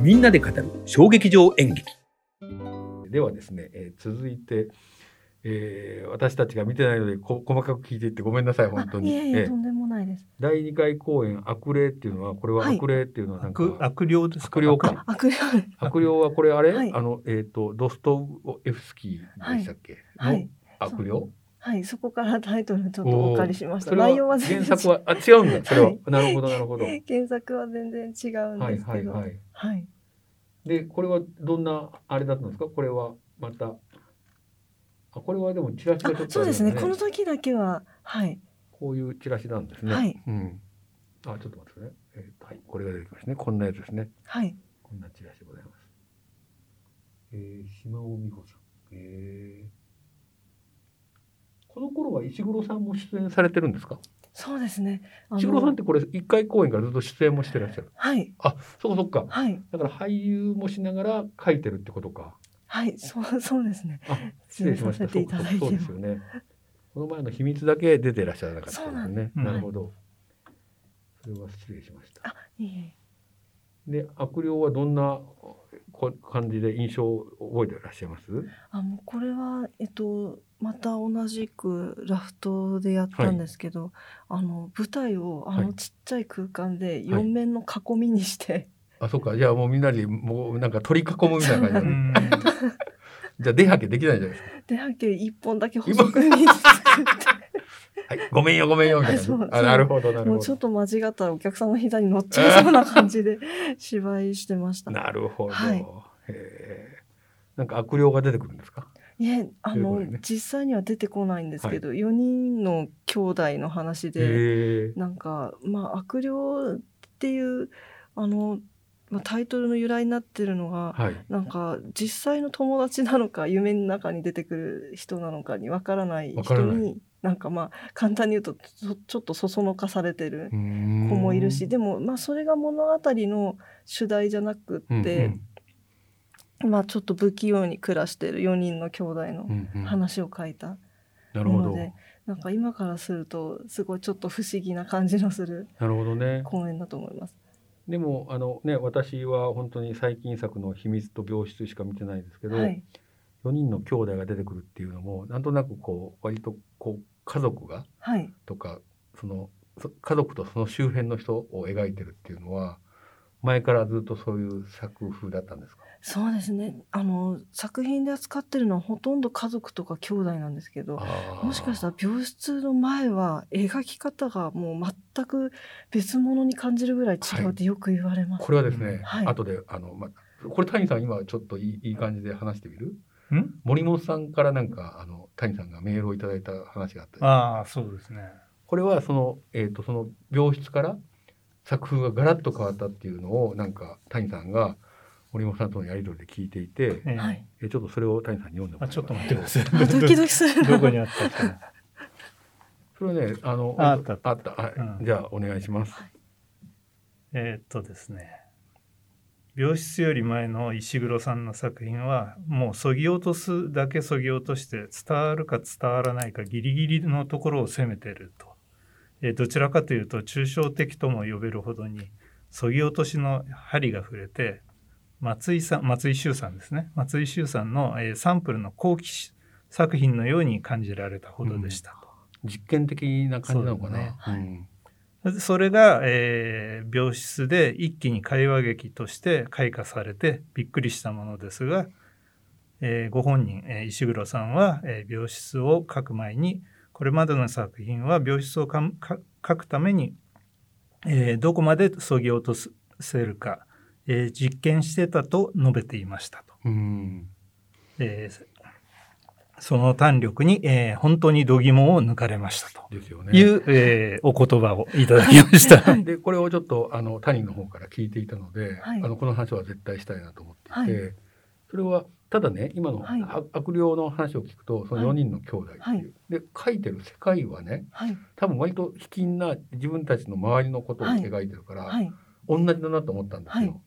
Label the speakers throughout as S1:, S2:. S1: みんなで語る小劇場演劇ではですね、えー続いて、えー私たちが見てないのでこ細かく聞いていってごめんなさい本当に
S2: あいえい
S1: え
S2: え
S1: え
S2: とんでもないです。
S1: 第2回公演「悪霊」っていうのはこれは
S2: はい
S1: 悪霊っていうのはなんか、
S3: 悪悪霊ですか
S1: 悪霊か
S2: あ、悪霊。
S1: 悪霊はこれあれ、
S2: はい
S1: あのえっ、とドストエフスキーでしたっけ、
S2: はい。
S1: の悪霊
S2: そうはい、そこからタイトルちょっと
S1: おー
S2: お借りしました。
S1: それは
S2: 内容は全
S1: 原
S2: 然
S1: 作はあ違うんだそれは、
S2: はい
S1: なるほどなるほどはい
S2: 原作は全然違うん
S1: は
S2: で
S1: い
S2: すけど、はい
S1: はいでこれはどんなあれだったんですかこれはまたあこれはでもチラシ
S2: あ
S1: がちょっと
S2: そ
S1: あ
S2: うで
S1: れだ
S2: すね。この時だけは、はい、
S1: こういうチラシなんですね。
S2: はい、
S1: うん。あ、ちょっと待ってくださいね。えーとはい、これが出てきますね。こんなやつですね。
S2: はい、
S1: こんなチラシでございます。えー、島尾美穂さん。えーこの頃は石黒さんも出演されてるんですか。
S2: そうですね。あの
S1: 石黒さんってこれ一回公演からずっと出演もしてらっしゃる。
S2: はい、
S1: そこそっか。
S2: はい、
S1: だから俳優もしながら書いてるってことか。
S2: はい、そう、そうですね。
S1: あ、失礼しました。
S2: 出演させていただいて
S1: そうそうそうですよね。この前の秘密だけ出てらっしゃらなかった
S2: そう
S1: で
S2: な
S1: す
S2: ん
S1: ね。
S3: うん
S1: なるほど。それは失礼しました。
S2: あ、いえいえ。
S1: で悪霊はどんなこ感じで印象を覚えていらっしゃいます？
S2: あ、もうこれは、えっと、また同じくラフトでやったんですけど、あの舞台をあ
S1: は
S2: の
S1: い
S2: ちっちゃい空間で四面の囲みにして、
S1: あそうかじゃあもうみんなでもうなんか取り囲むみたいな
S3: う
S1: 感じ
S3: ん
S1: じゃあ出はけできないじゃないです
S2: で半径一本だけ細くに作っ
S1: か。はいごめんよごめんよみたい な
S2: そう。
S1: あなるほどな
S2: て
S1: る
S2: もう
S1: ほ
S2: ちょっ
S1: ど。
S2: と間違ったらお客さんの膝に乗っちゃいそうな感じ で芝居してました。
S1: なるほど。
S2: はい
S1: へえ。なんか悪霊が出てくるんですか？
S2: いえあ
S1: というこ
S2: の、
S1: とでね
S2: 実際には出てこないんですけど、四人の兄弟の話で。
S1: へえ。
S2: なんか、まあ、悪霊っていうあの、まあ、タイトルの由来になってるのが、
S1: はい。
S2: なんか実際の友達なのか夢の中に出てくる人なのかにわからない
S1: わか
S2: 人
S1: らな
S2: になんかまあ簡単に言うとちょちょっとそそのかされてる
S1: 子
S2: 子
S1: も
S2: もいるし、でもまあそれが物語の主題じゃなく
S1: うん
S2: って、まあ、ちょっと不器用に暮らしてる4人の兄弟の
S1: うんうんな
S2: 話を書いた
S1: るほ
S2: もの
S1: ど。
S2: でなんか今からするとすごいちょっと不思議な感じのする
S1: なるほどね。
S2: 公演だと思います。
S1: でもあのね私は本当に最近作の秘密と病室しか見てないですけど。
S2: はい、
S1: 4人の兄弟が出てくるっていうのもなんとなくこう割とこう家族が
S2: はい、
S1: とかそのそ家族とその周辺の人を描いてるっていうのは前からずっとそういう作風だったんですか
S2: そうですねあの作品で扱ってるのはほとんど家族とか兄弟なんですけどもしかした
S1: ら
S2: ら病室の前は描き方がもう全く別物に感じるぐらい違うってよく言われます。
S1: これはですね、
S2: はい
S1: 後であの、ま、これ谷さん今ちょっといいいい感じで話してみる
S3: うん
S1: 森本さんからなんかあの谷さんがメールをいただいた話があった
S3: ああそうですね。
S1: これはその,、えー、とその病室から作風がガラッと変わったっていうのをなんか谷さんが森本さんとのやり取りで聞いていて、
S3: ええ
S2: はい、
S1: えちょっとそれを谷さんに読んでもら
S3: あ
S1: います
S3: ちょっと待ってください。
S2: あドキドキする
S3: どこにあったかな。
S1: それはねあの
S3: ああったあった
S1: はい
S3: うん
S1: じゃあお願いします、
S3: えーっとですね病室より前の石黒さんの作品はもうそぎ落とすだけそぎ落として伝わるか伝わらないかギリギリのところを攻めてると、えーどちらかというと抽象的とも呼べるほどにそぎ落としの針が触れて松井さん松井秀さんですね松井秀さんの、えーサンプルの後期し作品のように感じられたほどでしたと。
S1: 実験的な感じなのかな
S2: そうだね
S1: ん
S3: それが、えー病室で一気に会話劇として開花されてびっくりしたものですが、えーご本人、えー石黒さんは、えー病室を書く前にこれまでの作品は病室をかんか書くために、えーどこまで削ぎ落とせるか、えー実験してたと述べていましたと。
S1: うん
S3: えーその胆力に、えー本当に度肝を抜かれましたと
S1: ですよ
S3: い
S1: ね
S3: う、えーお言葉をいただきました。
S1: でこれをちょっとあの谷の方から聞いていたので、
S2: はい
S1: あのこの話は絶対したいなと思っていて、
S2: はい
S1: それはただね今の、
S2: はい
S1: あ悪霊の話を聞くとその4人の兄弟っていう、
S2: はい
S1: で書いてる世界はね
S2: はい、
S1: 多分割と卑近な自分たちの周りのことを描いてるから、
S2: はい、
S1: 同じだなと思ったんですよ、
S2: はい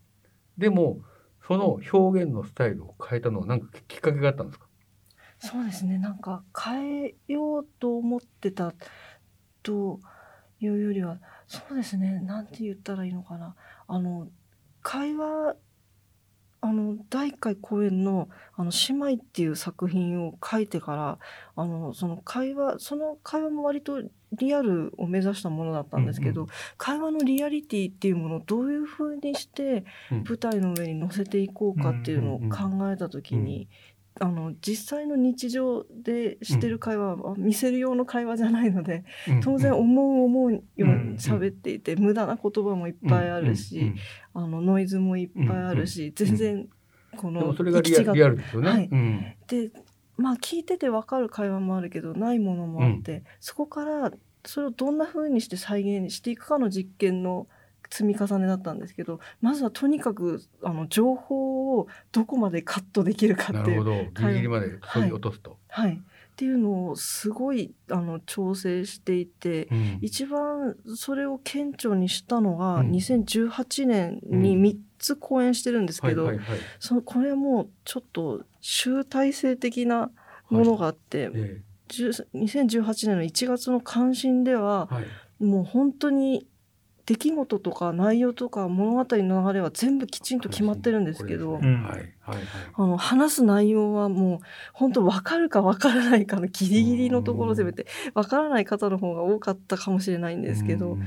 S1: でもその表現のスタイルを変えたのは何かきっかけがあったんですか
S2: そうですねなんか変えようと思ってたというよりはそうですねなんて言ったらいいのかなあの会話あの第1回公演の「あの姉妹」っていう作品を書いてからあのその会話その会話も割とリアルを目指したものだったんですけど、
S1: う
S2: 会話のリアリティっていうものをどういうふうにして
S1: うん
S2: 舞台の上に乗せていこうかっていうのを考えた時に、あの実際の日常でしてる会話は見せる用の会話じゃないので、当然
S1: うん
S2: 思う思うように喋っていて、無駄な言葉もいっぱいあるし。
S1: うんうんうん
S2: あのノイズもいっぱいあるし、全然こ
S1: で
S2: の
S1: もそれがリア
S2: が
S1: リアルですよね。
S2: はい
S1: うん
S2: でまあ聞いてて分かる会話もあるけどないものもあって、そこからそれをどんな風にして再現していくかの実験の積み重ねだったんですけどまずはとにかくあの情報をどこまでカットできるか
S1: な
S2: ってい
S1: るほ
S2: う
S1: どギリギリまで削ぎ落とすと。
S2: はい、っていうのをすごいあの調整していて、
S1: うん
S2: 一番それを顕著にしたのが、
S1: うん
S2: 2018年に3つ公演してるんですけど、
S1: はいはいはい
S2: そのこれはもうちょっと集大成的なものがあって、
S1: え
S2: 10 2018年の1月の関心で
S1: え
S2: は
S1: はい
S2: もう本当に出来事とか内容とか物語の流れは全部きちんと決まってるんですけど
S1: これですねはいはい
S2: あの話す内容はもう本当分かるか分からないかのギリギリのところを攻めて分からない方の方が多かったかもしれないん
S1: はい。
S2: ですけど、
S1: うん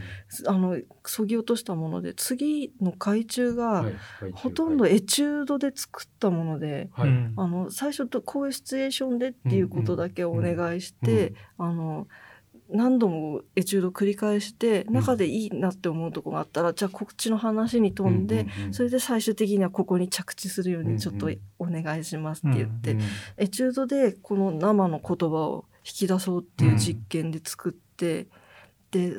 S2: あのそぎ落としたもので次の海中
S1: は
S2: が
S1: いはい
S2: ほとんどエチュードで作ったもので。
S1: はい
S3: うん
S2: あの最初とこういうシチュエーションでっていうことだけお願いして、あの何度もエチュード繰り返して
S1: ん
S2: 中でいいなって思うとこがあったら、じゃあこっちの話に飛んで、
S1: ううん
S2: それで最終的にはここに着地するよう
S1: うんうん
S2: にちょっとお願いしますって言って、
S1: うん
S2: エチュードでこの生の言葉を引き出そうっていう実験で作って、で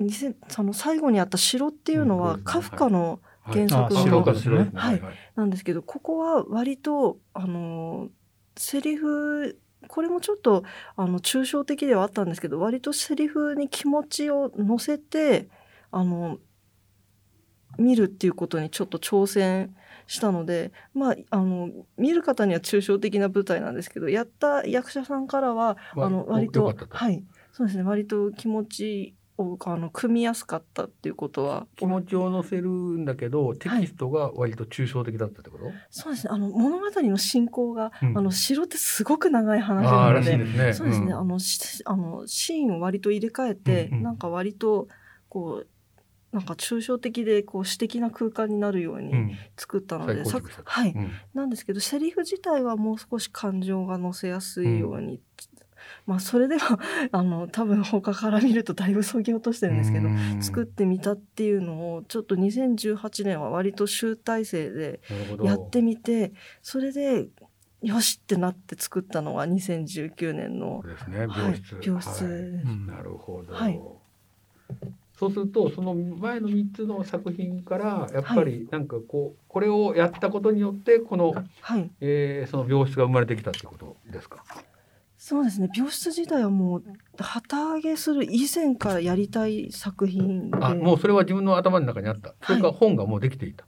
S2: 2000その最後にあった「城」っていうの
S1: う
S2: は
S1: ん
S2: カフカの、
S1: はい
S2: 原作
S1: あ
S3: の
S1: 白か白
S3: はい
S2: はいなんですけどここは割とあのセリフこれもちょっとあの抽象的ではあったんですけど割とセリフに気持ちを乗せてあの見るっていうことにちょっと挑戦したのでまああの見る方には抽象的な舞台なんですけどやった役者さんからは
S1: わ
S2: あの割
S1: よ
S2: と
S1: かったと
S2: はいそうですね割と気持ちをあの組みやすかったっていうことは
S1: 気持ちを乗せるんだけどテキストが割と抽象的だったってこと、
S2: そうですねあの物語の進行が
S1: うん
S2: あの城ってすごく長い話
S1: あ
S2: な
S1: あ
S2: の
S1: らしい
S2: で、
S1: ですね
S2: そうですね、
S1: ん
S2: あのしあのシーンを割と入れ替えて、
S1: うんうん
S2: なんか割とこうなんか抽象的でこう詩的な空間になるよう
S1: う
S2: に
S1: ん
S2: 作ったので、
S1: 再構
S2: さ
S1: 築したと
S2: はい、
S1: うん
S2: なんですけどセリフ自体はもう少し感情が乗せやすいように、まあそれでは あの多分他から見るとだいぶそぎ落としてるんですけど、
S1: うん
S2: 作ってみたっていうのをちょっと2018年は割と集大成で
S1: なるほど
S2: やってみてそれでよしってなって作ったのが2019年の
S1: これですね
S2: は
S1: 病
S2: い
S1: 室、
S2: 病室で
S1: はい
S2: す
S3: うん
S1: なるほど、
S2: はい
S1: そうするとその前の3つの作品からやっぱりなんかこうこれをやったことによってこの、
S2: はい
S1: えー、その病室が生まれてきたってことですか
S2: そうですね病室自体はもう旗揚げする以前からやりたい作品で
S1: あもうそれは自分の頭の中にあったそれから本がもうできていた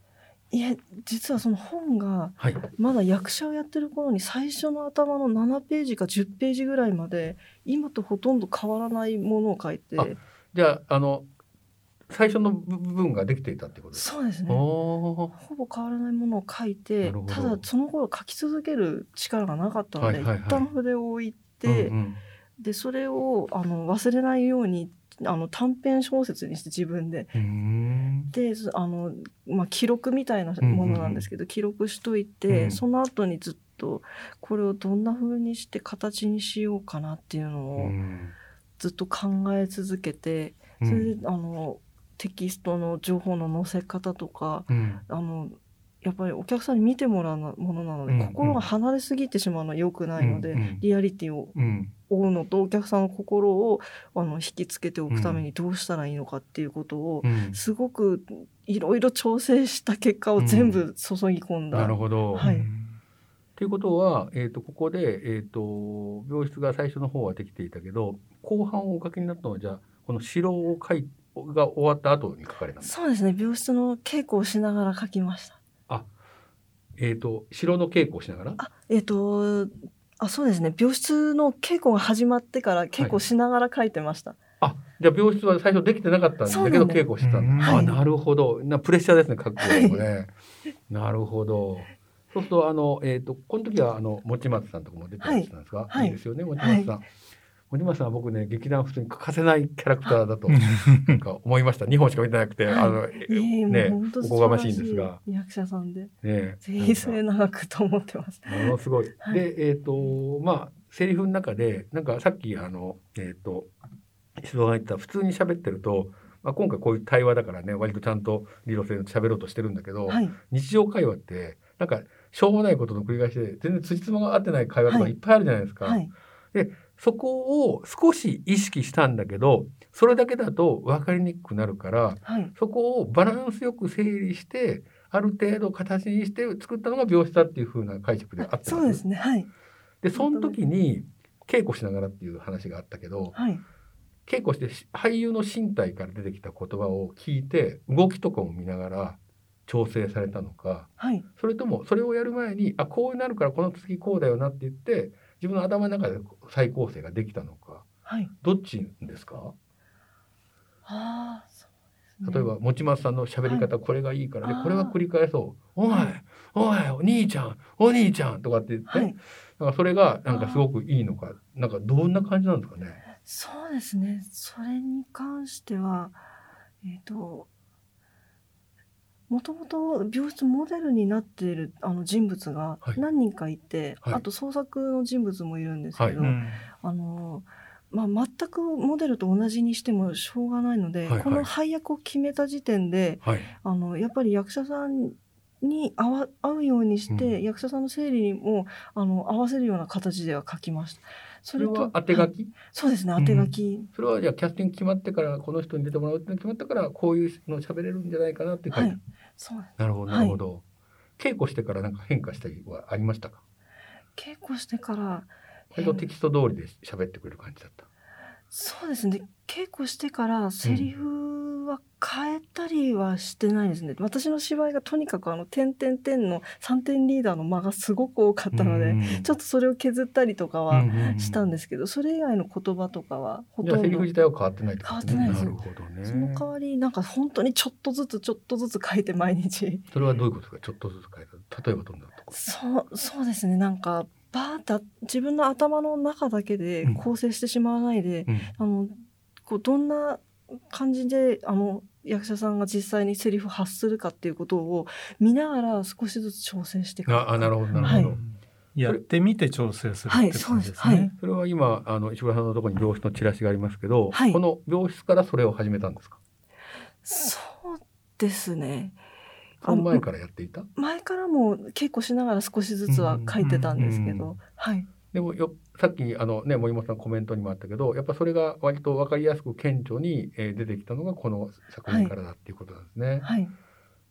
S2: いえ実はその本が
S1: はい、
S2: まだ役者をやってる頃に最初の頭の7ページか10ページぐらいまで今とほとんど変わらないものを書いて
S1: あじゃああの最初の部分ができていたってことですか
S2: そうですね
S1: おー
S2: ほぼ変わらないものを書い
S1: な
S2: て
S1: るほど
S2: ただその頃書き続ける力がなかったので、
S1: はいはいはい
S2: 一旦筆を置いて、
S1: うんうん
S2: でそれをあの忘れないようにあの短編小説にして自分で
S1: うーん
S2: でそあの、まあ、記録みたいなものなんですけど、記録しといて、
S1: うん
S2: その後にずっとこれをどんな風にして形にしようかなっていうの
S1: う
S2: を
S1: ん
S2: ずっと考え続けて、
S1: うん
S2: それであのテキストの情報の載せ方とか
S1: うん
S2: あのやっぱりお客さんに見てもらうものなので、
S1: うんうん
S2: 心が離れすぎてしまうのは良くないので、
S1: うん
S2: リアリティを
S1: うん
S2: 追うのとお客さんの心をあの引きつけておくためにどうしたらいいのかっていうことを
S1: うん
S2: すごくいろいろ調整した結果を全部注ぎ込んだ、
S1: なるほど、
S2: はい
S1: ということは、えー、とここで、えー、と病室が最初の方はできていたけど後半をお書きになったのはじゃあこの城を書いが終わった後に書かれたんですか
S2: そうですね病室の稽古をしながら書きました。
S1: えー、と城の稽古をしながら
S2: あえっ、とあそうですね病室の稽古が始まってから稽古をしながら書いてました。
S1: あじゃあ病室は最初できてなかったん
S2: そうな
S1: だ
S2: ん
S1: け
S2: だ
S1: ど稽古してたんだ、
S3: うん
S1: あなるほどなプレッシャーですね覚悟もねなるほどそうするとあの、えー、とこの時はあの持松さんとかも出てらっしゃったんですか、
S2: はい
S1: い、いですよね持松さん、持松さんは僕ね劇団普通に欠かせないキャラクターだとなんか思いました2本しか見てなくてあの、え
S2: いえいえ
S1: ね
S2: もう本当
S1: お
S2: 素
S1: こが
S2: 晴
S1: ま
S2: ら
S1: しいんですが
S2: しい役者さんで
S1: ね
S2: ぜひ末永くと思ってます。
S1: ものすごい。で、えっ、と、まあ、セリフの中で、なんかさっき、あの、えっ、と、石戸が言った、普通に喋ってると、まあ、今回こういう対話だからね、割とちゃんと理路整然と喋ろうとしてるんだけど、
S2: はい、
S1: 日常会話って、なんか、しょうもないことの繰り返しで、全然辻褄が合ってない会話とかいっぱいあるじゃないですか。
S2: はい、
S1: そこを少し意識したんだけど、それだけだと分かりにくくなるから、
S2: はい、
S1: そこをバランスよく整理して、ある程度形にして作ったのが描写だっていうふうな解釈であってます
S2: そうですね、はい、
S1: でその時に稽古しながらっていう話があったけど
S2: はい、
S1: 稽古してし俳優の身体から出てきた言葉を聞いて動きとかも見ながら調整されたのか
S2: はい、
S1: それともそれをやる前にあこうなるからこの次こうだよなって言って自分の頭の中で再構成ができたのか
S2: はい、
S1: どっちですか
S2: ああ、そうですね。
S1: 例えば持松さんの喋り方これがいいからで
S2: あー
S1: これは繰り返そう「お前おいお兄ちゃんお兄ちゃん」とかって言って、
S2: はい、
S1: なんかそれがなんかすごくいいのかなんかどんな感じなんですかね。
S2: そうですね。それに関しては、えっ、と、もともと病室モデルになっているあの人物が
S1: はい
S2: 何人かいて、
S1: はい
S2: あと創作の人物もいるんですけど、
S1: う
S3: うん
S2: あの、まあ、全くモデルと同じにしてもしょうがないので、
S1: はいはい
S2: この配役を決めた時点で
S1: はい
S2: あのやっぱり役者さんに合わ合うようにして、
S1: うん
S2: 役者さんの整理にもあの合わせるような形では書きました。そ
S1: それ
S2: と
S1: は当て書
S2: はい
S1: き、
S2: そうですね当て書き、
S1: それはじゃあキャスティング決まってからこの人に出てもらうっての決まったからこういうの喋れるんじゃないかなって書いてあ
S2: は
S1: る、
S2: い、そうです
S1: なるほど
S2: はい
S1: なるほど、稽古してからなんか変化したりはありましたか
S2: 稽古してから
S1: 割とテキスト通りで喋ってくれる感じだった
S2: そうですね稽古してからセリフは変えたりはしてないですね、私の芝居がとにかくあの「点点点」の3点リーダーの間がすごく多かったので、ちょっとそれを削ったりとかはしたん
S1: で
S2: ですけど、それ以外の言葉とかはほ
S1: じゃ
S2: と
S1: あセ
S2: ん
S1: リ
S2: ど
S1: フ自体は変わってないってことね
S2: 変わってないです
S1: なるほどね
S2: その代わりなんか本当にちょっとずつちょっとずつ書いて毎日
S1: それはどういうことですかちょっとずつ変えた例えばどんなとこ
S2: そうそうですねなんかバーッと自分の頭の中だけで構成してしまわないで、
S1: うん
S2: あのこうどんな感じであの役者さんが実際にセリフ発するかっていうことを見ながら少しずつ調整していく
S1: ああなるほどなるほど、
S2: はい
S3: やってみて調整する
S2: はい
S3: って感じ
S2: そう
S3: で
S2: です
S3: す
S2: は
S3: ね
S2: い。
S1: それは今あの石倉さんのところに病室のチラシがありますけど、
S2: はい
S1: この病室からそれを始めたんですか
S2: そうですね
S1: その
S2: あ
S1: 前
S2: の
S1: からやっていた
S2: 前からも稽古しながら少しずつは書いてたんですけ
S1: うんうんう
S2: どはい
S1: でもよさっきあのね森本さんコメントにもあったけどやっぱそれが割と分かりやすく顕著に、えー出てきたのがこの作品からだっていうことなんですね。
S2: はい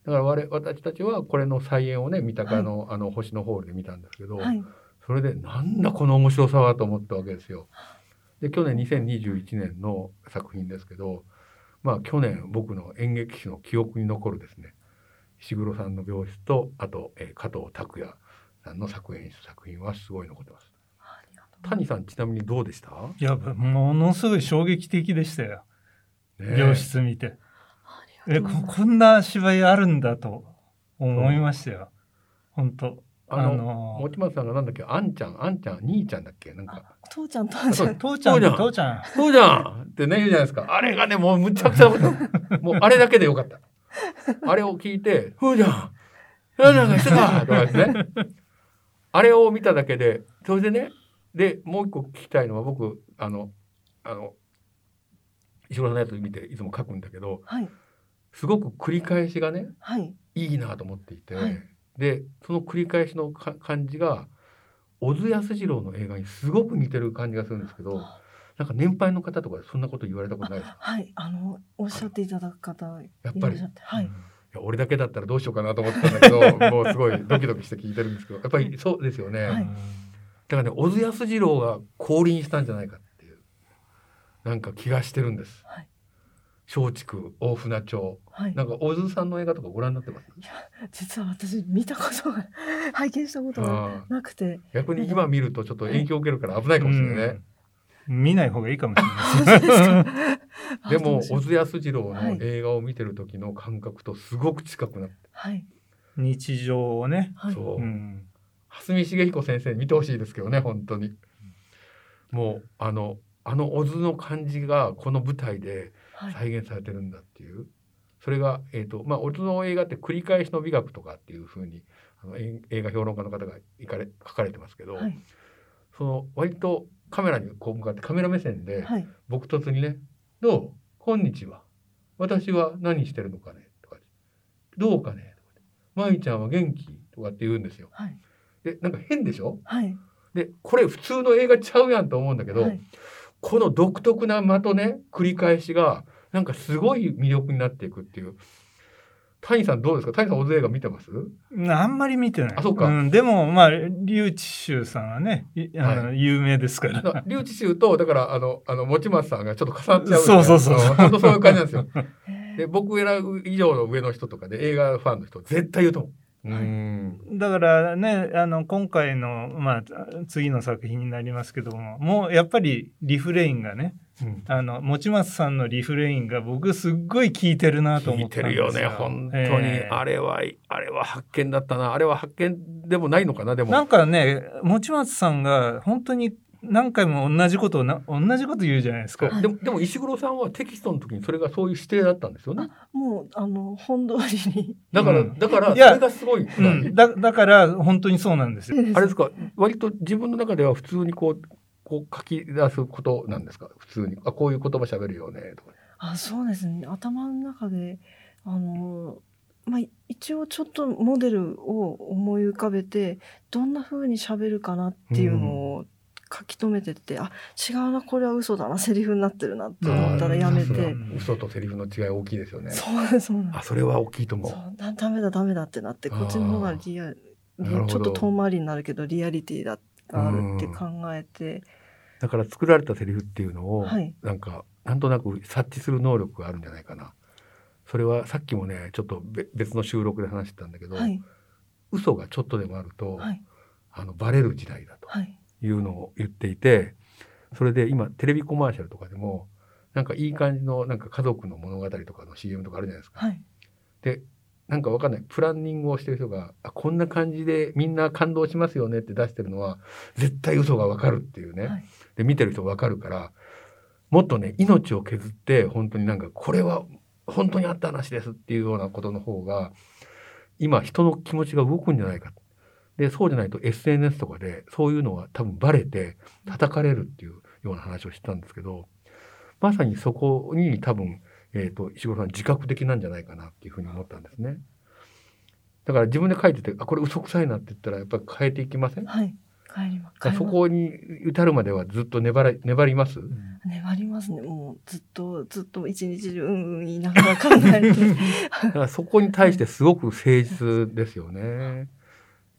S1: だから我々私たちはこれの再演をね三鷹の,、あの星のホールで見たんですけど、
S2: はい
S1: それでなんだこの面白さはと思ったわけですよ。で去年2021年の作品ですけどまあ去年僕の演劇史の記憶に残るですね石黒さんの病室とあと、えー加藤拓也さんの作演した作品はすごい残ってます。
S2: ありがとうございます
S1: 谷さんちなみにどうでした、
S3: いやものすごい衝撃的でしたよ
S1: ねえ
S3: 病室見て。
S2: あり
S3: え
S2: がと
S3: こ
S2: うございます
S3: こんな芝居あるんだと思いましたよ。本当
S1: あ
S3: あ
S1: の
S3: の
S1: 持松さんがなんだっけあんちゃんあんちゃん兄ちゃんだっけなんか
S2: 父ちゃん父ちゃ
S1: そ
S2: ん
S1: う
S3: 父ちゃん
S1: そうじゃん
S3: 父ちゃん
S1: そうじゃんってね言うじゃないですかあれがねもうむちゃくちゃな こともうあれだけでよかったあれを聞いてそうじゃんそうじゃんがしてたとかですねあれを見ただけでそれでねでもう一個聞きたいのは僕あのあの石黒さんのやつ見ていつも書くんだけど
S2: はい
S1: すごく繰り返しがね
S2: はい
S1: いいなと思っていて、
S2: はい
S1: でその繰り返しのか感じが小津安二郎の映画にすごく似てる感じがするんですけどなんか年配の方とかでそんなこと言われたことないですか
S2: はいあのおっしゃっていただく方
S1: やっ
S2: いら
S1: ぱ
S2: っ
S1: り
S2: しゃってはい
S1: いや俺だけだったらどうしようかなと思ってたんだけ どもうすごいドキドキして聞いてるんですけどやっぱりそうですよね、
S2: はい
S1: だからね小津安二郎が降臨したんじゃないかっていうなんか気がしてるんです
S2: はい
S1: 松竹大船町
S2: はい
S1: なんか小津さんの映画とかご覧になってます
S2: 実は私見たことが 拝見したことが
S1: あー
S2: なくて
S1: 逆に今見るとちょっと影響を受けるから危ないかもしれないね、
S3: うん見ない方がいいかもしれないです。
S1: でも小
S2: お
S1: 津安二郎
S2: はい
S1: の映画を見てる時の感覚とすごく近くなって、
S2: はい
S3: 日常をね、
S2: はい
S1: そう、
S3: うん、
S1: 蓮見茂彦先生に見てほしいですけどね本当にもうあのあの小津の感じがこの舞台で
S2: はい
S1: 再現されてるんだっていう、それが、えーとまあ、小津の映画って繰り返しの美学とかっていうふうにあのえん映画評論家の方がいかれ書かれてますけど、
S2: はい
S1: その割とカメラにこう向かってカメラ目線で
S2: はい
S1: 僕とつにね「どうこんにちは私は何してるのかね」とか「どうかね」とか「まいちゃんは元気?」とかって言うんですよ。
S2: はい
S1: でなんか変でしょ
S2: はい
S1: でこれ普通の映画ちゃうやんと思うんだけど、
S2: はい
S1: この独特な間とね繰り返しがなんかすごい魅力になっていくっていう谷さんどうですか谷さん小津映画見てます
S3: あんまり見てない。
S1: あそうか
S3: ん、でも、まあ、リュウチシュウさんはね、いあの、有名ですか
S1: だ
S3: ら。
S1: からリュウチシュウとだからあのあの持松さんがちょっと重なっちゃう
S3: そうそうそう
S1: 本当そういう感じなんです よ。
S2: へー
S1: で僕選ぶ以上の上の人とかで映画ファンの人絶対言うと思う。う
S2: はい
S1: ん
S3: だからね、あの、今回の、まあ、次の作品になりますけども、もうやっぱりリフレインがね、
S1: うん
S3: あの、持松さんのリフレインが僕すっごい効いてるなと
S1: 聞
S3: 思っ
S1: い
S3: た
S1: て
S3: んで
S1: る
S3: すよ。
S1: よね本当に、
S3: ええ
S1: あれはあれは発見だったなあれは発見でもないのかなでも
S3: なんかね、持松さんが本当に何回も同じことをな、同じこと言うじゃないですか。
S1: でもでも石黒さんはテキストの時にそれがそういう指定だったんですよね。
S2: もうあの本通り
S1: だから、
S3: うん
S1: だから
S3: いや
S1: それがすごい。
S3: うん、だだから本当にそうなんですよ。
S2: に
S1: あれですか割と自分の中では普通にこうこう書き出すことなんですか普通にあこういう言葉喋るよねとか。
S2: あそうですね頭の中であの、まあ、い一応ちょっとモデルを思い浮かべてどんな風に喋るかなっていうのを書き留めてって、あ違うなこれは嘘だなセリフになってるなって思ったらやめ
S1: さすが
S2: て
S1: 嘘とセリフの違い大きいですよね。
S2: そうそうなん
S1: あそれは大きいと思。
S2: そううだダメだダメだってなってこっちの方がリア
S1: あーなるほど
S2: ちょっと遠回りになるけどリアリティだがあるって考えて、
S1: だから作られたセリフっていうのを、
S2: はい
S1: なんかなんとなく察知する能力があるんじゃないかな。それはさっきもねちょっとべ別の収録で話してたんだけど、
S2: はい
S1: 嘘がちょっとでもあると、
S2: はい
S1: あのバレる時代だと。
S2: はい
S1: いうのを言っていてそれで今テレビコマーシャルとかでもなんかいい感じのなんか家族の物語とかの CM とかあるじゃないですか。
S2: はい
S1: でなんかわかんないプランニングをしてる人があこんな感じでみんな感動しますよねって出してるのは絶対嘘がわかるっていうね、
S2: はい
S1: で見てる人わかるからもっとね命を削って本当になんかこれは本当にあった話ですっていうようなことの方が今人の気持ちが動くんじゃないかとでそうじゃないと SNS とかでそういうのは多分バレて叩かれるっていうような話をしてたんですけどまさにそこに多分、えー、と石黒さん自覚的なんじゃないかなっていうふうに思ったんですね。だから自分で書いててあこれ嘘くさいなって言ったらやっぱり変えていきません
S2: はい帰りま
S1: だから
S2: 帰り
S1: そ
S2: ます
S1: こに至るまではずっと粘ら粘ります。
S2: 粘りますね。もうずっとずっと一日中うんうん言いながら考 えて。
S1: だからそこに対してすごく誠実ですよね。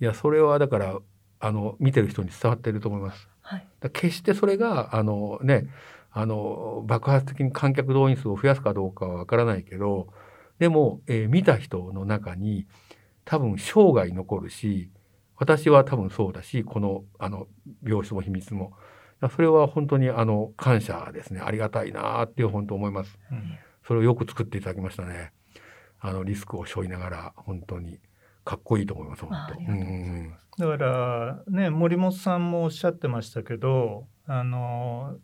S1: いやそれはだからあの見てる人に伝わっていると思います。
S2: はい
S1: だから決してそれがあのねあの爆発的に観客動員数を増やすかどうかはわからないけどでも、えー見た人の中に多分生涯残るし私は多分そうだしこのあの病室も秘密もだからそれは本当にあの感謝ですねありがたいなーっていう本当思います。
S3: うん
S1: それをよく作っていただきましたね。あのリスクを背負いながら本当にかっこいいと思います。本
S2: ああ
S1: 当。
S2: りがとうございます
S1: んん
S3: だからね森本さんもおっしゃってましたけどあの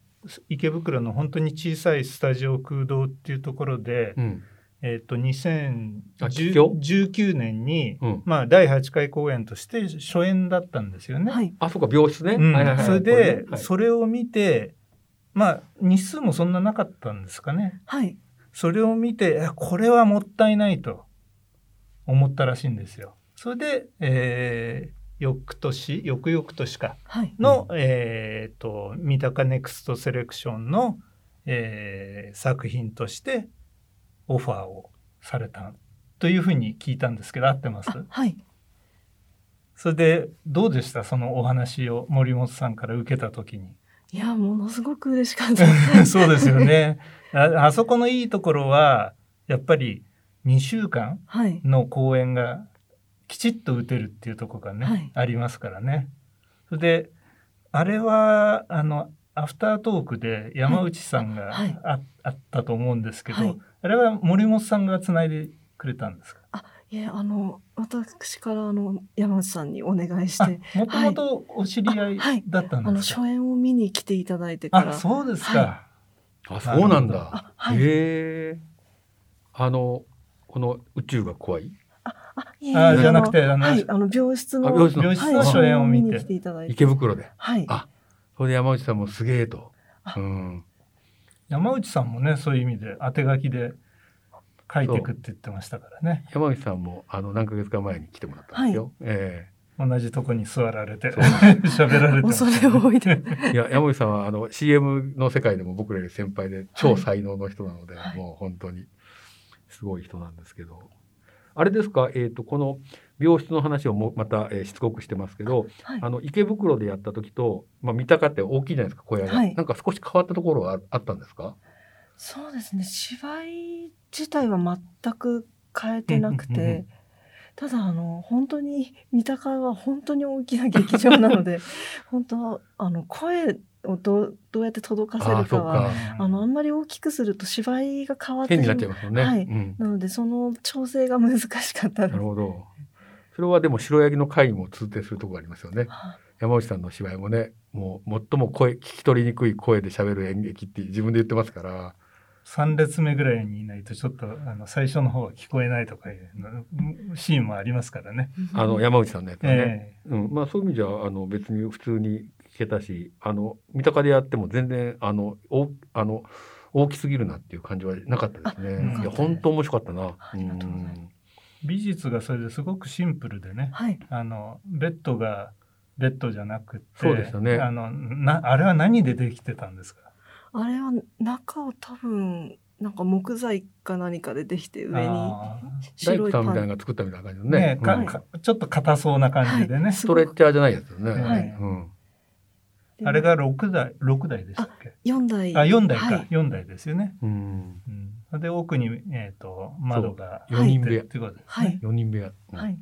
S3: 池袋の本当に小さいスタジオ空洞っていうところで、
S1: うん。
S3: えっと
S1: あ吉祥
S3: 2019年に、
S1: うん
S3: まあ、第8回公演として初演だったんですよね。
S2: はい
S1: あ、そうか、病室ね。
S3: うん
S1: はいはいはい
S3: それ
S1: こ
S3: で
S1: ねはい
S3: それを見てまあ日数もそんななかったんですかね。
S2: はい
S3: それを見てあこれはもったいないと思ったらしいんですよ。それで、えー翌年翌々年か
S2: はい
S3: の、えーと三鷹ネクストセレクションの、えー作品としてオファーをされたというふうに聞いたんですけど合ってます
S2: あはい。
S3: それでどうでしたそのお話を森本さんから受けた時に。
S2: いやものすごく嬉し かったです。
S3: そうですよねああそこのいいところはやっぱり2週間
S2: はい
S3: の公演がきちっと打てるっていうところがね、
S2: はい
S3: ありますからね。それであれはあのアフタートークで山内さんがあ,、
S2: はい
S3: あったと思うんですけど、
S2: はい
S3: あれは森本さんがつないでくれたんですか
S2: いえあの私からあの山内さんにお願いし
S3: あ
S2: て
S3: もともとお知り合い
S2: あはい
S3: だった
S2: あ
S3: ん
S2: の
S3: ですか、
S2: 初演を見に来ていただいてか
S3: あ
S2: ら
S3: そうですか、
S2: は
S1: あそうなん
S3: なる
S1: だ。
S2: あはい
S1: へえ。あのこの宇宙が怖い
S2: あいえいえ
S3: あ
S1: じゃ
S3: なくて
S2: あ
S3: あの
S2: のはいあの病室の
S1: あ病室の
S3: 病室の
S2: はい
S3: 初演を見
S2: 見
S3: て、
S2: に来ていただいて
S1: 池袋で。
S2: はい
S1: あそれで山内さんもすげえと
S2: あ。
S1: うん。
S3: 山内さんもねそういう意味で当て書きで書いてくって言ってましたからね
S1: 山内さんもあの何ヶ月か前に来てもらったんですよ。え
S3: 同じとこに座られて
S1: そう
S3: 喋られてました
S2: 恐れ
S3: ね
S2: 多いで
S1: え いや山内さんはあの CM の世界でも僕らより先輩で超才能の人なので、
S2: はい
S1: もう本当にすごい人なんですけど。あれですか、えー、とこの病室の話をもまた、えーしつこくしてますけど、
S2: はい
S1: あの池袋でやった時と、まあ、三鷹って大きいじゃないですか小屋が、
S2: はい
S1: なんか少し変わったところはああったんですか
S2: そうですね芝居自体は全く変えてなく
S1: うんうんうんう
S2: てただあの本当に三鷹は本当に大きな劇場なの で本当あの声をどうどうやって届かせ
S1: あ
S2: る
S1: ーそ
S2: か
S1: う
S2: は
S1: か
S2: あのあんまり大きくすると芝居が変わって
S1: 変になっ
S2: し
S1: ちゃいますよね、
S2: はい
S1: うん、
S2: なのでその調整が難しかった
S1: な
S2: で
S1: る
S2: す。
S1: ほどそれはでも白ヤギの会も通底するところがありますよね
S2: は
S1: 山内さんの芝居もねもう最も声聞き取りにくい声で喋る演劇って自分で言ってますから
S3: 3列目ぐらいにいないとちょっとあの最初の方は聞こえないとかいうのシーンもありますからね。
S2: い
S1: あの山内さんのやつはね、
S3: え
S1: うん、まあそういう意味じゃあの別に普通に聞けたしあの三鷹でやっても全然あの大あの大きすぎるなっていう感じはなかったです
S3: なかった
S1: ね。
S3: ね
S1: いや本当面白かったな。
S2: ありがとうございます
S1: ん
S3: え美術がそれですごくシンプルでね
S2: はい、
S3: あのベッドがベッドじゃなくて
S1: そうですよね
S3: あのなあれは何でできてたんですか
S2: あれは中を多分なんか木材か何かでできて上に
S3: あ
S1: 大
S2: 白
S1: 工
S2: い
S1: さ
S2: パ
S1: んみたいなの
S2: ン
S1: が作ったみたいな感じ
S3: ー
S1: のね
S3: ね。か
S1: うん
S3: かちょっと硬そうな感じでね、
S2: はい
S1: ストレッチャーじゃないやつよね。
S3: はい
S1: うん。
S3: あれが6台六台でしたっけ
S2: 4台
S3: あ4台か、
S2: はい、
S3: 4台ですよね。
S1: うん。
S3: うん、で奥に、えー、と窓が
S1: 四人部
S3: で
S1: 屋
S3: っ。てことですね。
S2: はい
S1: 四人部屋。うん
S2: はい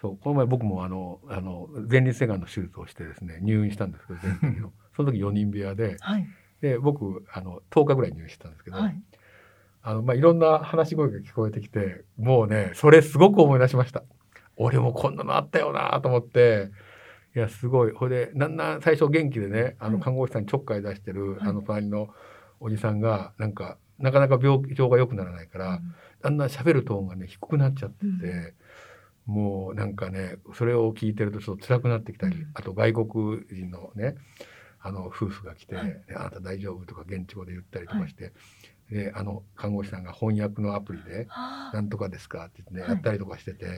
S1: そうこの前僕もあのあの前立腺がんの手術をしてですね入院したんですけど全時のその時四人部屋で
S2: はい
S1: で僕あの10日ぐらい入院してたんですけど、
S2: はい
S1: あのまあいろんな話し声が聞こえてきてもうねそれすごく思い出しました俺もこんなのあったよなと思っていやすごいほいでなんなん最初元気でねあ
S2: う
S1: の
S2: ん
S1: 看護師さんにちょっかい出してる、
S2: はい
S1: あの隣のおじさんがなんかなかなか病状が良くならないから、だんだん喋るトーンがね低くなっちゃってて、もうなんかねそれを聞いてるとちょっと辛くなってきたり、
S2: うん
S1: あと外国人のねあの夫婦が来て、
S2: はい
S1: ねあなた大丈夫?」とか現地語で言ったりとかして、であの看護師さんが翻訳のアプリで「
S2: あ
S1: なんとかですか?」って言ってね、
S2: はい
S1: やったりとかしてて、
S2: ーへ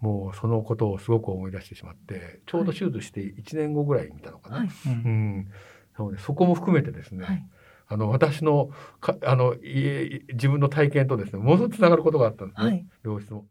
S1: もうそのことをすごく思い出してしまってちょうど手術して1年後ぐらい見たのか
S2: ー
S1: な。
S2: はい
S3: う
S1: う
S3: ん
S1: んなのでそこも含めてですね、
S2: はい
S1: あの私のかあのいえ自分の体験とですねものすごくつながることがあったんですね、
S2: はい
S1: 病室も。